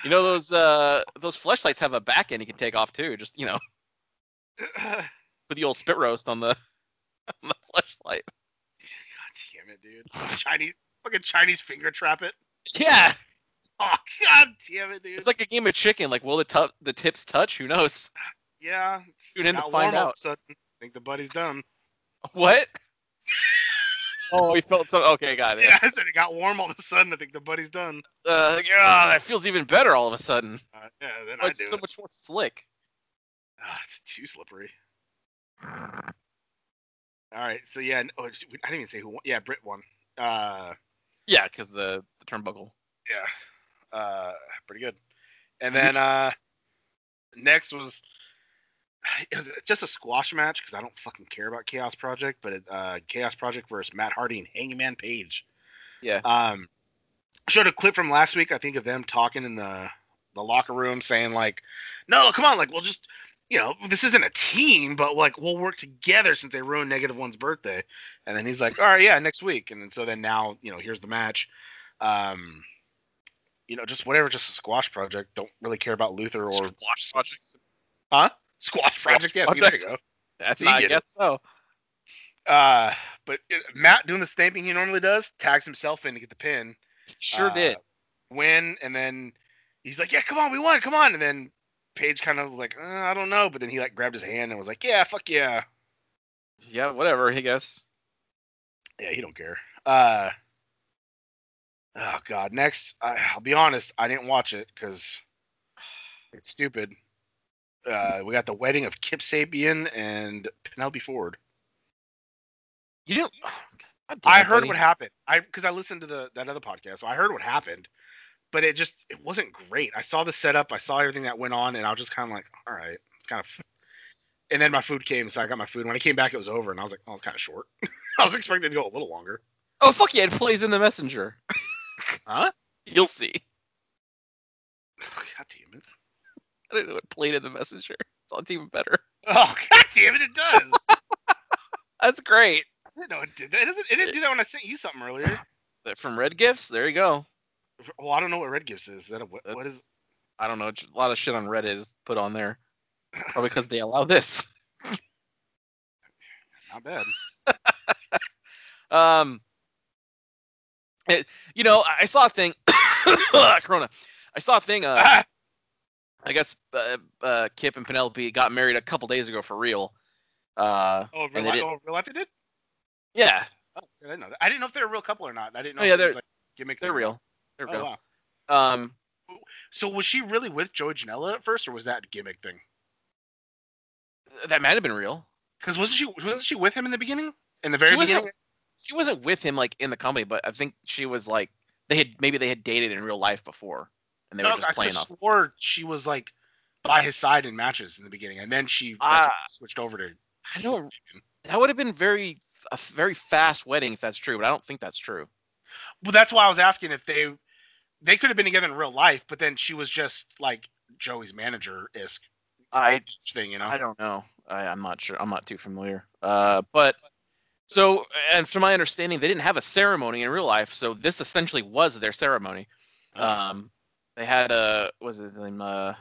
E: you know those uh those fleshlights have a back end you can take off too. Just you know
D: God
E: put the old spit roast on the [LAUGHS] on the fleshlight.
D: damn it, dude. Chinese fucking Chinese finger trap it. [LAUGHS]
E: Yeah,
D: Oh god damn it, dude.
E: it's like a game of chicken. Like will the tu- the tips touch? Who knows?
D: yeah, it's
E: Tune in to
D: got
E: find
D: warm all of a
E: out.
D: sudden. think the buddy's done.
E: What? [LAUGHS] oh, he felt so. Okay, got it.
D: Yeah, [LAUGHS] I said it got warm all of a sudden. I think the buddy's done.
E: Uh, yeah, that feels even better all of a sudden.
D: Uh, yeah, then
E: Oh,
D: I
E: it's
D: do.
E: so
D: it.
E: much more slick.
D: Ah, it's too slippery. All right, so yeah, no, I didn't even say who won. Yeah, Brit won. Uh,
E: Yeah, because the, the turnbuckle.
D: yeah, uh, pretty good. And then uh, next was [SIGHS] it was just a squash match because I don't fucking care about Chaos Project, but it, uh, Chaos Project versus Matt Hardy and Hangman Page.
E: Yeah.
D: Um, I showed a clip from last week, I think, of them talking in the the locker room, saying like, "No, come on, like we'll just, you know, this isn't a team, but like we'll work together since they ruined Negative One's birthday." And then he's like, "All right, yeah, next week." And then, so then now, you know, here's the match. Um, you know, just whatever, just a squash project. Don't really care about Luther or
E: Squash project.
D: huh? Squash project. Yeah, see, there you
E: project.
D: go.
E: That's
D: You
E: not, I
D: get
E: guess
D: it.
E: so.
D: Uh, but uh, Matt doing the same thing he normally does, tags himself in to get the pin.
E: Sure
D: uh,
E: did.
D: Win, and then he's like, "Yeah, come on, we won, come on." And then Paige kind of like, uh, "I don't know," but then he like grabbed his hand and was like, "Yeah, fuck yeah,
E: Yeah, whatever. I guess.
D: yeah." He don't care. Uh, oh god. Next, I, I'll be honest, I didn't watch it because it's stupid. Uh, we got the wedding of Kip Sapien and Penelope Ford.
E: You didn't. [SIGHS] God damn
D: I
E: it,
D: heard
E: buddy.
D: what happened. I because I listened to the that other podcast, so I heard what happened, but it just it wasn't great. I saw the setup, I saw everything that went on, and I was just kind of like, all right, it's kind of. And then my food came, so I got my food. When I came back, it was over, and I was like, oh, it's kind of short. [LAUGHS] I was expecting it to go a little longer.
E: Oh fuck yeah! It plays in the messenger.
D: Huh?
E: [LAUGHS] You'll see.
D: Oh, God damn it!
E: I didn't know it played in the messenger. It's not even better.
D: Oh [LAUGHS] God damn it! It [LAUGHS] does.
E: That's great.
D: I didn't know it did that. It doesn't. It didn't do that when I sent you something [SIGHS] earlier.
E: That- From Red Gifts. There you go.
D: Well, I don't know what Red Gifts is. Is that a what, what
E: That's-
D: is?
E: I don't know. it's- A lot of shit on Reddit is put on there. Probably because they allow this. [LAUGHS]
D: Not bad.
E: Um, it, you know, I I saw a thing. [COUGHS] Corona. I saw a thing. Uh,
D: Ah,
E: I guess uh, uh, Kip and Penelope got married a couple days ago for real. Uh,
D: oh,
E: they
D: real life.
E: did-
D: Oh, real life. It did. Oh,
E: yeah,
D: I didn't know that. I didn't know if they're a real couple or not. I didn't know.
E: Oh,
D: if
E: yeah,
D: it was,
E: they're-
D: like, gimmick
E: they're
D: or not.
E: real. There we
D: Oh,
E: go.
D: wow.
E: Um,
D: So was she really with Joey Janela at first, or was that a gimmick thing?
E: that might have been real.
D: Because wasn't she wasn't she with him in the beginning? In the very
E: She wasn't-
D: beginning.
E: She wasn't with him like in the company, but I think she was like they had maybe they had dated in real life before, and they were
D: No,
E: just
D: I
E: playing off.
D: just swore she was like by his side in matches in the beginning, and then she that's when
E: Ah.
D: she switched over to.
E: I don't. That would have been very a very fast wedding if that's true, but I don't think that's true.
D: Well, that's why I was asking if they they could have been together in real life, but then she was just like Joey's manager isk
E: I
D: thing, you know.
E: I don't know. I, I'm not sure. I'm not too familiar. Uh, but so, and from my understanding, they didn't have a ceremony in real life, so this essentially was their ceremony.
D: uh,
E: Um, they had uh, was his name? Uh,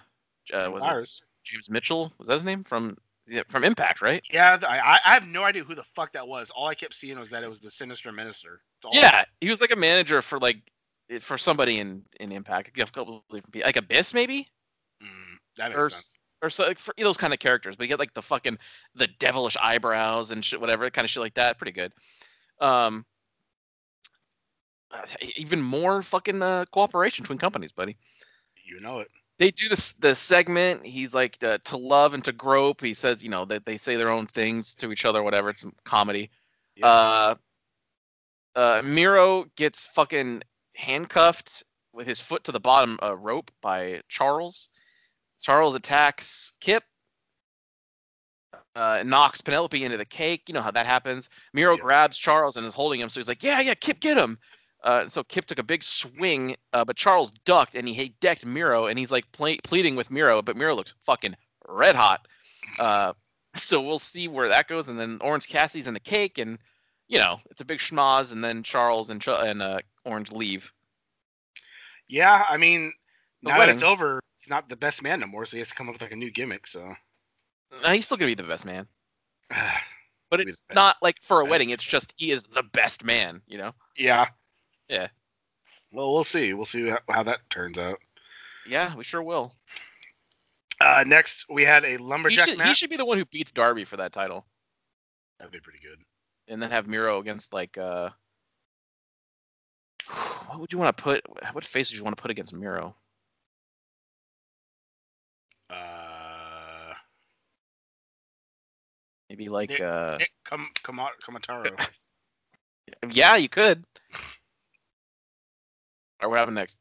E: uh, was it
D: Myers.
E: James Mitchell? Was that his name from yeah, from Impact? Right?
D: Yeah, I, I- I have no idea who the fuck that was. All I kept seeing was that it was the sinister minister. That's all I-
E: Yeah, he was like a manager for like it- for somebody in in Impact, a couple of different people- like Abyss maybe,
D: Mm, that makes
E: or
D: sense.
E: s- or so like, for those kind of characters. But you get like the fucking the devilish eyebrows and shit, whatever kind of shit like that. Pretty good. Um, uh, even more fucking uh, cooperation between companies, buddy.
D: You know it.
E: They do this the segment. He's like to, to love and to grope. He says, you know, that they say their own things to each other, whatever. It's some comedy.
D: Yeah.
E: Uh, uh, Miro gets fucking handcuffed with his foot to the bottom uh, rope by Charles. Charles attacks Kip. Uh, knocks Penelope into the cake. You know how that happens. Miro
D: Yeah.
E: grabs Charles and is holding him, so he's like, "Yeah, yeah, Kip, get him." Uh, so Kip took a big swing, uh, but Charles ducked and he, he decked Miro, and he's like ple- pleading with Miro, but Miro looks fucking red hot. Uh, [LAUGHS] so we'll see where that goes, and then Orange Cassidy's in the cake, and you know it's a big schmoz, and then Charles and Ch- and uh, Orange leave.
D: yeah, I mean,
E: The
D: now that
E: wedding.
D: it's over, he's not the best man no more, so he has to come up with like a new gimmick. So, [SIGHS]
E: Uh, he's still gonna be the best man, but
D: He's
E: it's
D: the best.
E: not like for a
D: Right.
E: wedding. It's just he is the best man, you know.
D: yeah.
E: Yeah.
D: Well, we'll see. We'll see how, how that turns out.
E: Yeah, we sure will.
D: Uh, next, we had a
E: He
D: lumberjack
E: should, he
D: match.
E: should be the one who beats Darby for that title,
D: That'd be pretty good.
E: and then have Miro against like uh, [SIGHS] what would you want to put? What face would you want to put against Miro?
D: Uh,
E: Maybe like
D: Nick-
E: uh,
D: Nick Kam- Kama- Kamataro.
E: yeah, you could. Or what happened next?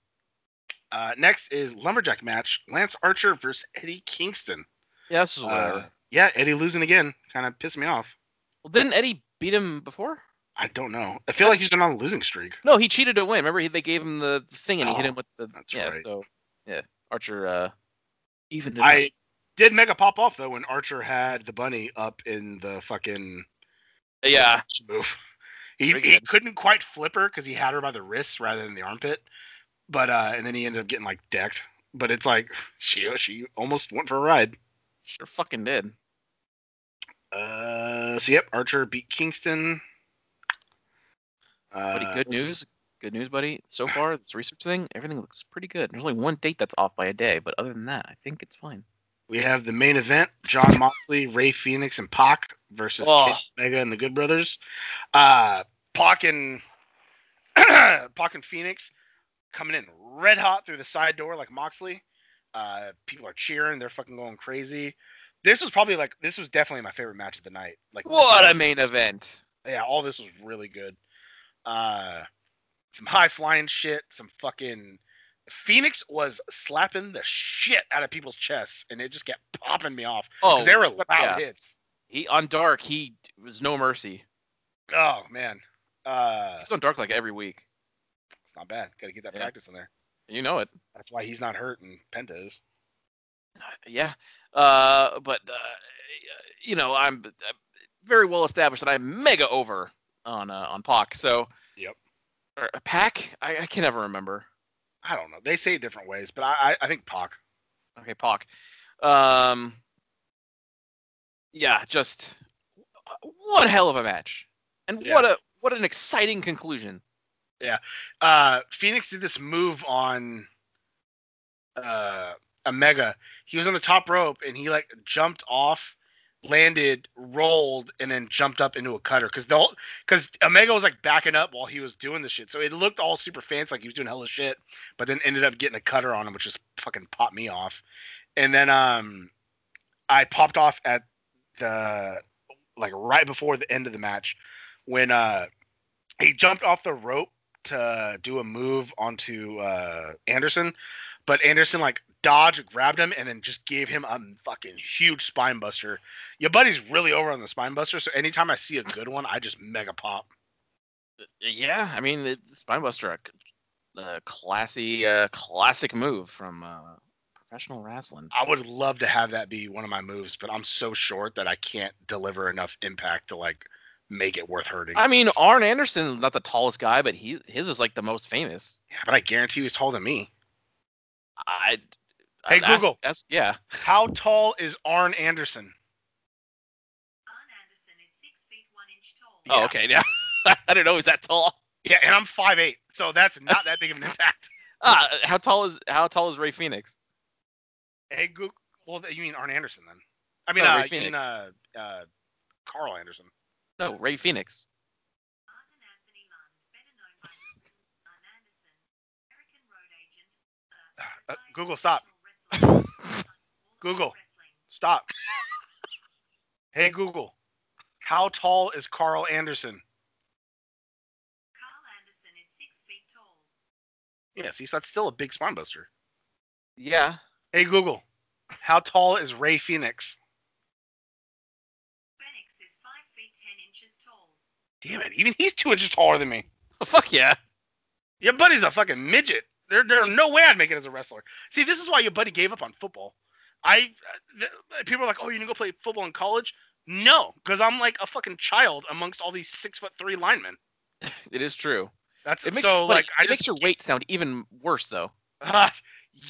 D: uh, next is lumberjack match: Lance Archer versus Eddie Kingston.
E: Yeah, this is whatever.
D: Uh, yeah, Eddie losing again kind of pissed me off.
E: well, didn't Eddie beat him before?
D: I don't know. I feel like he's been on a losing streak.
E: No, he cheated to win. Remember, he, they gave him the the thing and he hit
D: Oh,
E: him with the.
D: that's
E: yeah,
D: right.
E: so yeah, Archer uh, even.
D: I did make a pop off though when Archer had the bunny up in the fucking
E: yeah,
D: move. He,
E: Pretty
D: he
E: good.
D: couldn't quite flip her because he had her by the wrists rather than the armpit. But uh, and then he ended up getting like decked. But it's like she uh, she almost went for a ride.
E: sure fucking did.
D: Uh, so yep, Archer beat Kingston. Uh,
E: Buddy, good
D: let's-
E: news. Good news, buddy. So far, this research thing, everything looks pretty good. There's only one date that's off by a day, but other than that, I think it's fine.
D: We have the main event: John Moxley, Ray Phoenix, and Pac versus
E: Oh.
D: Kenny Omega and the Good Brothers. Uh, Pac and [CLEARS THROAT] Pac and Phoenix coming in red hot through the side door like Moxley. Uh, people are cheering; they're fucking going crazy. This was probably like this was definitely my favorite match of the night. Like
E: What a main event!
D: yeah, all this was really good. Uh, some high flying shit, some fucking Phoenix was slapping the shit out of people's chests, and it just kept popping me off. 'Cause
E: Oh,
D: they were loud
E: yeah.
D: hits.
E: he on Dark, he was no mercy.
D: Oh man, uh,
E: He's on Dark like every week.
D: it's not bad. Got to get that
E: Yeah.
D: practice in there.
E: You know it.
D: That's why he's not hurt and Penta is.
E: Yeah. Uh, but uh, you know, I'm, i very well established that I'm mega over on uh, on Pac. So.
D: Yep.
E: Or uh, Pac? I, I can never remember.
D: I don't know. They say it different ways, but I I, I think Pac.
E: Okay, Pac. Um. Yeah, just what a hell of a match, and
D: Yeah.
E: what a what an exciting conclusion.
D: uh, Phoenix did this move on uh, Omega. He was on the top rope and he like jumped off landed, rolled, and then jumped up into a cutter because the because Omega was like backing up while he was doing the shit. So it looked all super fancy, like he was doing hella shit, but then ended up getting a cutter on him, which just fucking popped me off. And then um, I popped off at the like right before the end of the match when uh he jumped off the rope to do a move onto uh Anderson, but Anderson like dodged, grabbed him, and then just gave him a fucking huge spine buster. Your buddy's really over on the spine buster, so anytime I see a good one, I just mega pop.
E: Yeah, I mean, the the Spinebuster, a, a classy, uh, classic move from uh, professional wrestling.
D: I would love to have that be one of my moves, but I'm so short that I can't deliver enough impact to like make it worth hurting.
E: I mean, Arn Anderson, not the tallest guy, but he his is like the most famous.
D: Yeah, but I guarantee he's taller than me.
E: I.
D: Hey,
E: I'd ask-
D: Google.
E: ask- yeah.
D: How tall is Arn Anderson?
F: Arn Anderson is six feet one inch tall.
E: Oh, okay. [LAUGHS] Yeah. I didn't know he's that tall.
D: Yeah, and I'm 5'8", so that's not that big [LAUGHS] of an impact.
E: Ah, how tall is how tall is Ray Phoenix?
D: Hey, Google. Well, you mean Arn Anderson then? I mean,
E: No, Ray
D: uh, you
E: Phoenix.
D: mean uh, uh, Carl Anderson.
E: No, Ray Phoenix.
F: Arthur
D: Uh,
F: Anthony Lund, better known by Arn Anderson, American road agent.
D: Google, [LAUGHS] stop.
F: professional wrestler.
D: Google.
F: Wrestling.
D: Stop. hey, Google. How tall is Carl Anderson?
F: Carl Anderson is six feet tall.
D: Yeah, see, so that's still a big spine buster.
E: Yeah.
D: Hey, Google. How tall is Ray Phoenix?
F: Phoenix is five feet ten inches tall.
D: Damn it, even he's two inches taller than me.
E: [LAUGHS] fuck yeah.
D: Your buddy's a fucking midget. There, there's no way I'd make it as a wrestler. See, this is why your buddy gave up on football. I, uh, th- people are like, oh, you didn't go play football in college? No, because I'm like a fucking child amongst all these six foot three linemen.
E: It is true.
D: That's
E: It makes
D: so
E: but
D: like
E: it,
D: I
E: it
D: just
E: makes your weight sound even worse though.
D: Ah,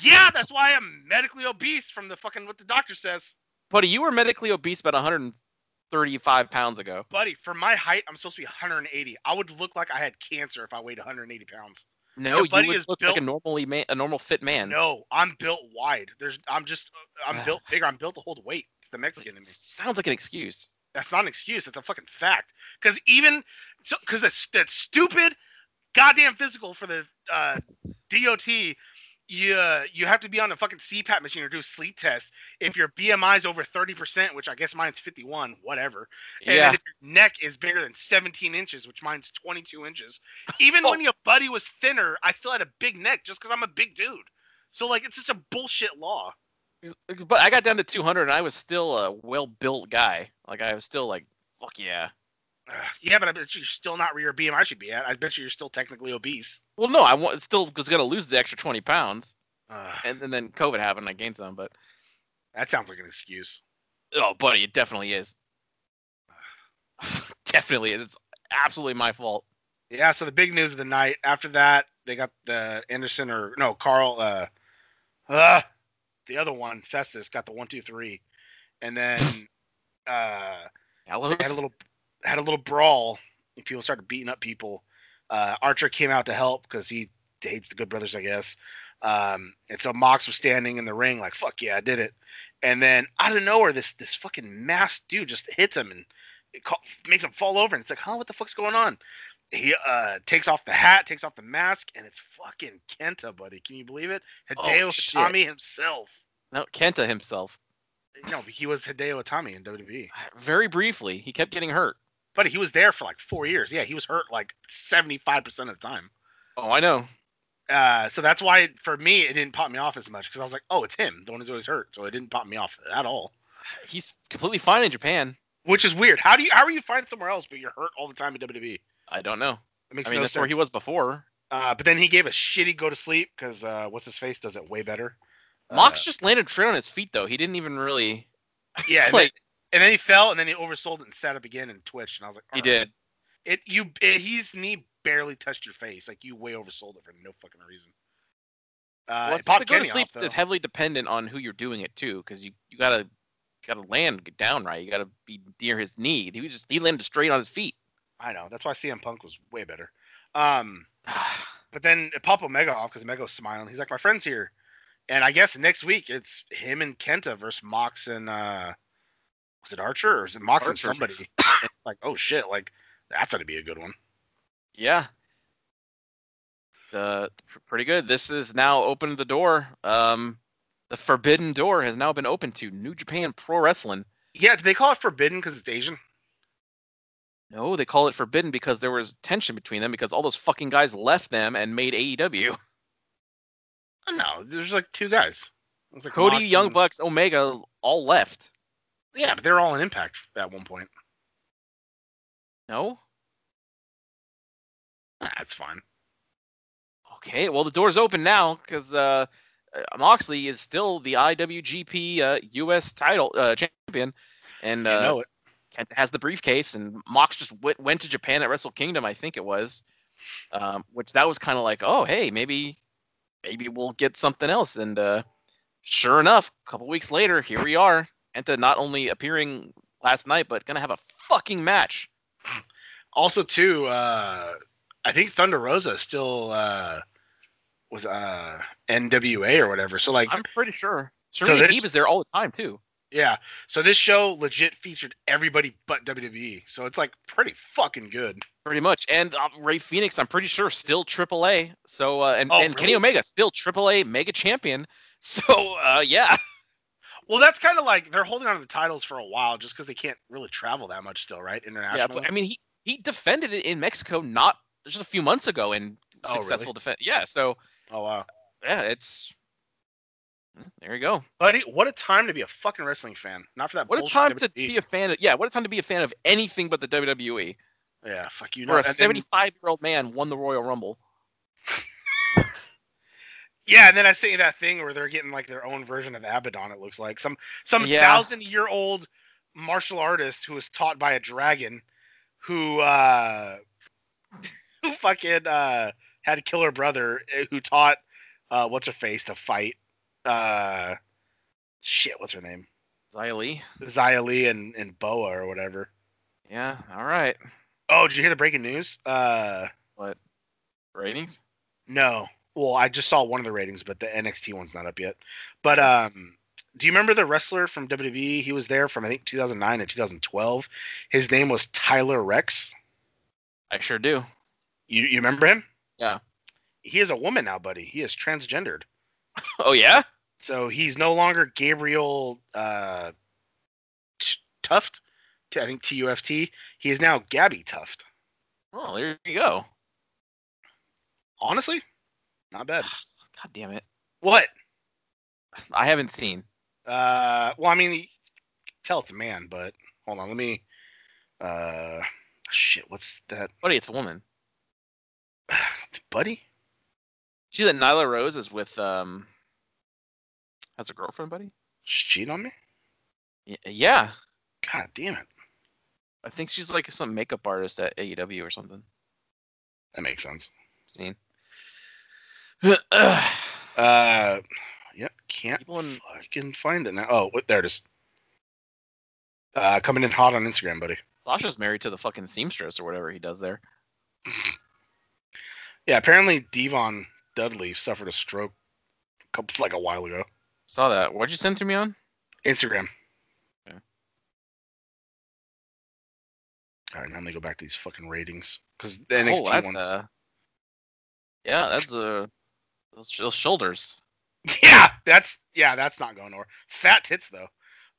D: yeah, that's why I'm medically obese from the fucking what the doctor says.
E: Buddy, you were medically obese about 135 pounds ago.
D: Buddy, for my height, I'm supposed to be 180. I would look like I had cancer if I weighed 180 pounds.
E: No,
D: Your
E: you
D: buddy
E: would
D: is
E: look like
D: built-
E: a normally man, a normal fit man.
D: No, I'm built wide. There's, I'm just,
E: [SIGHS]
D: uh, I'm built bigger. I'm built to hold weight. It's the Mexican in me.
E: Sounds like an excuse.
D: That's not an excuse. It's a fucking fact. Because even, because that's that stupid, goddamn physical for the uh, DOT, you uh, you have to be on a fucking CPAP machine or do a sleep test. If your BMI is over 30%, which I guess mine's 51, whatever. And
E: yeah.
D: then if your neck is bigger than 17 inches, which mine's 22 inches, even when your buddy was thinner, I still had a big neck just because I'm a big dude. So like, it's just a bullshit law.
E: But I got down to 200 and I was still a well-built guy. Like I was still like fuck yeah.
D: Ugh, yeah, but I bet you're still not where your BMI should be at. I bet you you're still technically obese.
E: Well, no, I wa- still was going to lose the extra 20 pounds
D: Ugh,
E: and, and then COVID happened and I gained some, but
D: that sounds like an excuse.
E: Oh, buddy, it definitely is. [SIGHS] definitely is. It's absolutely my fault.
D: Yeah. So the big news of the night after that, they got the Anderson or no Carl, uh, uh the other one Festus got the one two three, and then uh.
E: Gallows.
D: had a little had a little brawl and people started beating up people uh, archer came out to help because he hates the good brothers i guess um, and so mox was standing in the ring like fuck yeah i did it and then out of nowhere this this fucking masked dude just hits him and it ca- makes him fall over and it's like huh what the fuck's going on he uh, takes off the hat takes off the mask and it's fucking kenta buddy can you believe it hideo
E: Oh, shit.
D: Itami himself
E: No, Kenta himself.
D: no he was hideo Itami in E. wwe
E: Very briefly, he kept getting hurt.
D: But he was there for like four years. Yeah, he was hurt like 75% of the time.
E: Oh, I know.
D: Uh, so that's why for me it didn't pop me off as much because I was like, oh, it's him, the one who's always hurt. So it didn't pop me off at all,
E: He's completely fine in Japan.
D: which is weird. How do you how are you find somewhere else but you're hurt all the time in WWE?
E: I don't know.
D: It makes
E: I mean,
D: no
E: that's
D: sense.
E: where he was before.
D: Uh, but then he gave a shitty go to sleep because uh, what's his face does it
E: [LAUGHS]
D: way better.
E: Mox just landed straight on his feet, though. He didn't even really.
D: Uh, yeah, and,
E: like
D: then, and then he fell and then he oversold it and sat up again and twitched and I was like,
E: he
D: "Alright."
E: did.
D: It you it, his knee barely touched your face like you way oversold it for no fucking reason. Uh,
E: Well,
D: it popped
E: the go to
D: Kenny
E: sleep
D: off, though.
E: is heavily dependent on who you're doing it to, because you you gotta gotta land down right. You gotta be near his knee. He was just he landed straight on his feet.
D: I know. That's why CM Punk was way better.
E: [SIGHS]
D: Um, but then it popped Omega off because Omega was smiling. He's like, my friend's here. And I guess next week it's him and Kenta versus Mox and uh, Was it Archer or is it Mox and
E: Archer. [COUGHS]
D: somebody? It's like, oh shit, like that's gonna be a good one.
E: Yeah. The pr- pretty good. This is now opened the door. Um, the forbidden door has now been opened to New Japan Pro Wrestling.
D: Yeah, do they call it forbidden because it's Asian?
E: No, they call it forbidden because there was tension between them because all those fucking guys left them and made E AEW.
D: Oh, no, there's like two guys. It was like
E: Cody,
D: Mox and-
E: Young Bucks, Omega all left.
D: Yeah, but they're all in Impact at one point.
E: No?
D: Ah, That's fine.
E: Okay, well the door's open now because uh, uh, Moxley is still the IWGP uh, U.S. title uh, champion, and
D: you
E: uh,
D: know it.
E: Kenta has the briefcase, and Mox just went, went to Japan at Wrestle Kingdom, I think it was, um, which that was kind of like, oh hey, maybe maybe we'll get something else, and uh, sure enough, a couple weeks later, here we are, Kenta not only appearing last night but gonna have a fucking match.
D: Also, too, uh, I think Thunder Rosa is still uh, was uh, NWA or whatever. So like,
E: I'm pretty sure.
D: So
E: Serena
D: this-
E: Deeb is there all the time too.
D: yeah. So this show legit featured everybody but WWE. So it's like pretty fucking good.
E: Pretty much, and um, Ray Phoenix, I'm pretty sure, still AAA. So, uh, and,
D: Oh,
E: and Kenny
D: really?
E: Omega, still AAA mega champion. [LAUGHS] So, uh, yeah,
D: Well, that's kind of like they're holding on to the titles for a while just because they can't really travel that much still, right? Internationally.
E: yeah. But I mean, he he defended it in Mexico not just a few months ago and
D: Oh, really?
E: successful defense. Yeah. So,
D: oh wow.
E: yeah, it's mm, there you go.
D: Buddy, what a time to be a fucking wrestling fan. Not for that.
E: What a
D: bullshit E.
E: time to
D: WWE.
E: be a fan of yeah. What a time to be a fan of anything but the WWE.
D: Yeah, fuck you.
E: where
D: know.
E: a 75 year old man won the Royal Rumble.
D: Yeah, and then I see that thing where they're getting like their own version of Abaddon. It looks like some some
E: Yeah.
D: thousand year old martial artist who was taught by a dragon, who uh, [LAUGHS] who fucking uh, had a killer brother eh, who taught uh, what's her face to fight. Uh, shit, what's her name?
E: Xylee.
D: Xia Li and, and Boa or whatever.
E: Yeah. All right.
D: Oh, did you hear the breaking news? Uh,
E: What ratings?
D: No. Well, I just saw one of the ratings, but the NXT one's not up yet. But um, do you remember the wrestler from WWE? He was there from I think 2009 to 2012. His name was Tyler Rex.
E: I sure do. [LAUGHS]
D: You you remember him?
E: Yeah.
D: He is a woman now, buddy. He is transgendered.
E: Oh yeah.
D: So he's no longer Gabriel uh, T- Tuft. T- I think T U F T. He is now Gabby Tuft.
E: Oh, there you go.
D: Honestly, not bad.
E: God damn it.
D: What?
E: I haven't seen.
D: Uh, well, I mean, tell it's a man, but hold on, let me. Uh, shit, what's that,
E: Buddy, it's a woman.
D: buddy?
E: She that Nyla Rose is with um has a girlfriend, buddy?
D: She cheating on me?
E: Y- yeah.
D: God damn it,
E: I think she's like some makeup artist at AEW or
D: [SIGHS]
E: something.
D: that makes sense.
E: Seen.
D: Uh, yep, can't
E: People in-
D: fucking find it now. Oh, wait, there it is. Uh, coming in hot on Instagram, buddy.
E: Sasha's married to the fucking seamstress or whatever he does there.
D: Yeah, apparently Devon Dudley suffered a stroke, a couple, like a while ago.
E: Saw that. What'd you send to me on?
D: Instagram.
E: Okay.
D: All right, now let me go back to these fucking ratings because the
E: Oh,
D: NXT
E: that's,
D: ones.
E: uh, yeah, that's uh, those, those shoulders.
D: [LAUGHS] Yeah, that's yeah, that's not going nowhere. Fat tits though.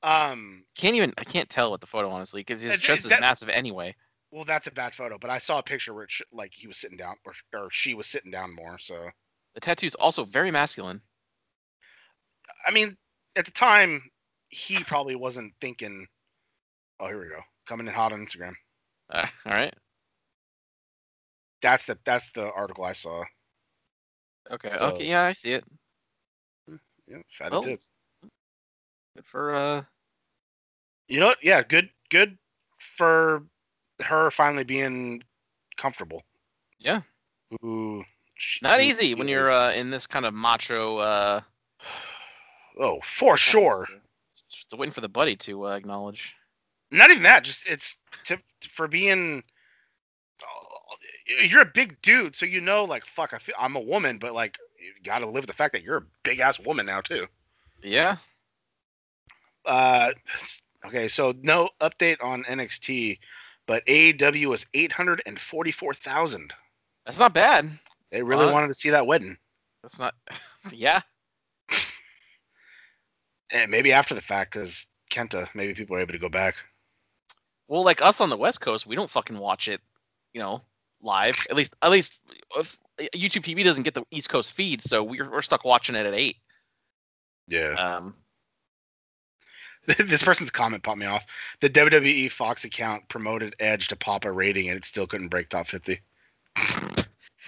D: Um,
E: Can't even. I can't tell with the photo honestly because his
D: Is-
E: chest
D: is
E: is
D: that-
E: massive anyway.
D: well, that's a bad photo, but I saw a picture where it sh- like he was sitting down or or she was sitting down more. So
E: The tattoo's also very masculine. [LAUGHS]
D: I mean, at the time, he probably wasn't thinking. Oh, here we go, coming in hot on Instagram.
E: Uh, all right.
D: That's the that's the article I saw.
E: Okay.
D: So-
E: okay. Yeah, I see it.
D: Yeah, fat
E: Well-
D: tits.
E: Good for uh.
D: You know what? Yeah, good good for her finally being comfortable.
E: Yeah.
D: Ooh. she-
E: Not
D: ooh,
E: easy when
D: she
E: you're
D: is-
E: uh, in this kind of macho. Uh,
D: Oh, for sure.
E: Just waiting for the buddy to uh, acknowledge.
D: not even that just it's to, for being oh, you're a big dude so you know like fuck I feel, i'm a woman but like you gotta live with the fact that you're a big ass woman now too
E: Yeah.
D: uh Okay, so no update on NXT, but AEW was 844,000.
E: That's not bad.
D: They really
E: Uh,
D: wanted to see that wedding.
E: That's not. [LAUGHS] yeah.
D: And maybe after the fact, because Kenta, maybe people are able to go back.
E: Well, like us on the West Coast, we don't fucking watch it, you know, live. At least, at least if, uh, YouTube TV doesn't get the East Coast feed, so we're, we're stuck watching it at eight.
D: Yeah.
E: Um,
D: Uh, [LAUGHS]
E: [LAUGHS]
D: this person's comment popped me off. The WWE Fox account promoted Edge to pop a rating, and it still couldn't break top 50.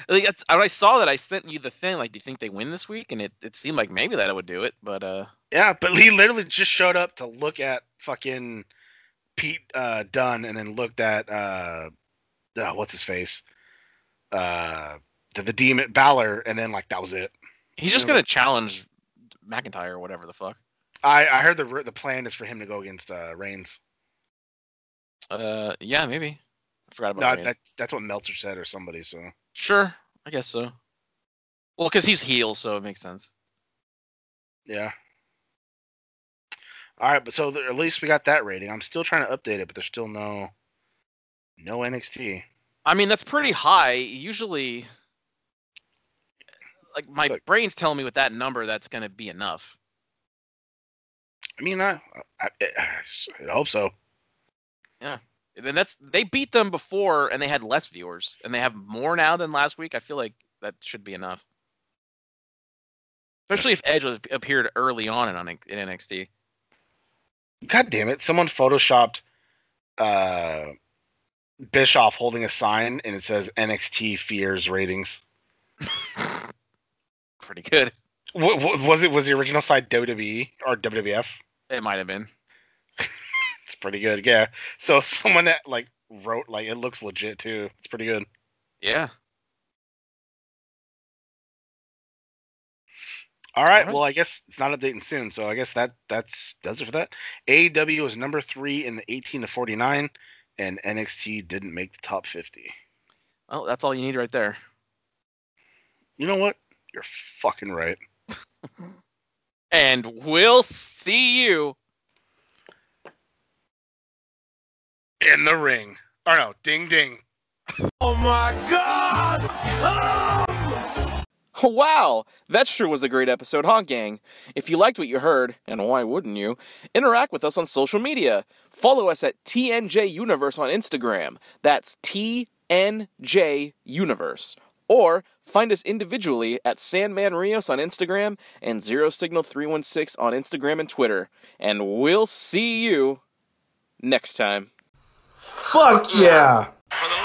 E: like that's, when I saw that, I sent you the thing. Like, do you think they win this week? And it, it seemed like maybe that it would do it, but uh,
D: Yeah, but Lee literally just showed up to look at fucking Pete uh, Dunn and then looked at uh, uh what's his face? Uh the, the demon Balor and then like that was it.
E: he's just
D: Yeah.
E: gonna challenge McIntyre or whatever the fuck.
D: I, I heard the r- the plan is for him to go against uh Reigns.
E: Uh, yeah, maybe. I forgot about
D: No,
E: Reigns.
D: that that's what Meltzer said or somebody, so
E: Sure, I guess so. Well, because he's heel, so it makes sense.
D: yeah. All right, but so there- at least we got that rating. I'm still trying to update it, but there's still no no NXT.
E: I mean, that's pretty high. Usually, like my
D: It's like-
E: brain's telling me with that number, that's gonna be enough.
D: I mean, I I, I, I hope so.
E: And then that's they beat them before, and they had less viewers, and they have more now than last week. I feel like that should be enough. Especially if Edge was, appeared early on in, on in NXT.
D: God damn it! Someone photoshopped uh, Bischoff holding a sign, and it says NXT fears ratings.
E: [LAUGHS] Pretty good.
D: W- w- was it was the original site WWE or WWF?
E: It might have been.
D: It's pretty good, yeah. So [LAUGHS] someone that like wrote like it looks legit too. It's pretty good.
E: Yeah.
D: All right,
E: Alright.
D: well I guess it's not updating soon, so I guess that that's does it for that. AEW is number three in the 18 to 49, and NXT didn't make the top 50.
E: Well, that's all you need right there.
D: You know what? You're fucking right.
E: And we'll see you.
D: In the ring, or no, ding ding.
B: [LAUGHS] Wow, that sure was a great episode, huh, gang? If you liked what you heard, and why wouldn't you, interact with us on social media. Follow us at TNJ Universe on Instagram. That's TNJ Universe. Or find us individually at Sandman Rios on Instagram and Zero Signal 316 on Instagram and Twitter. And we'll see you next time.
G: Fuck yeah.
H: For the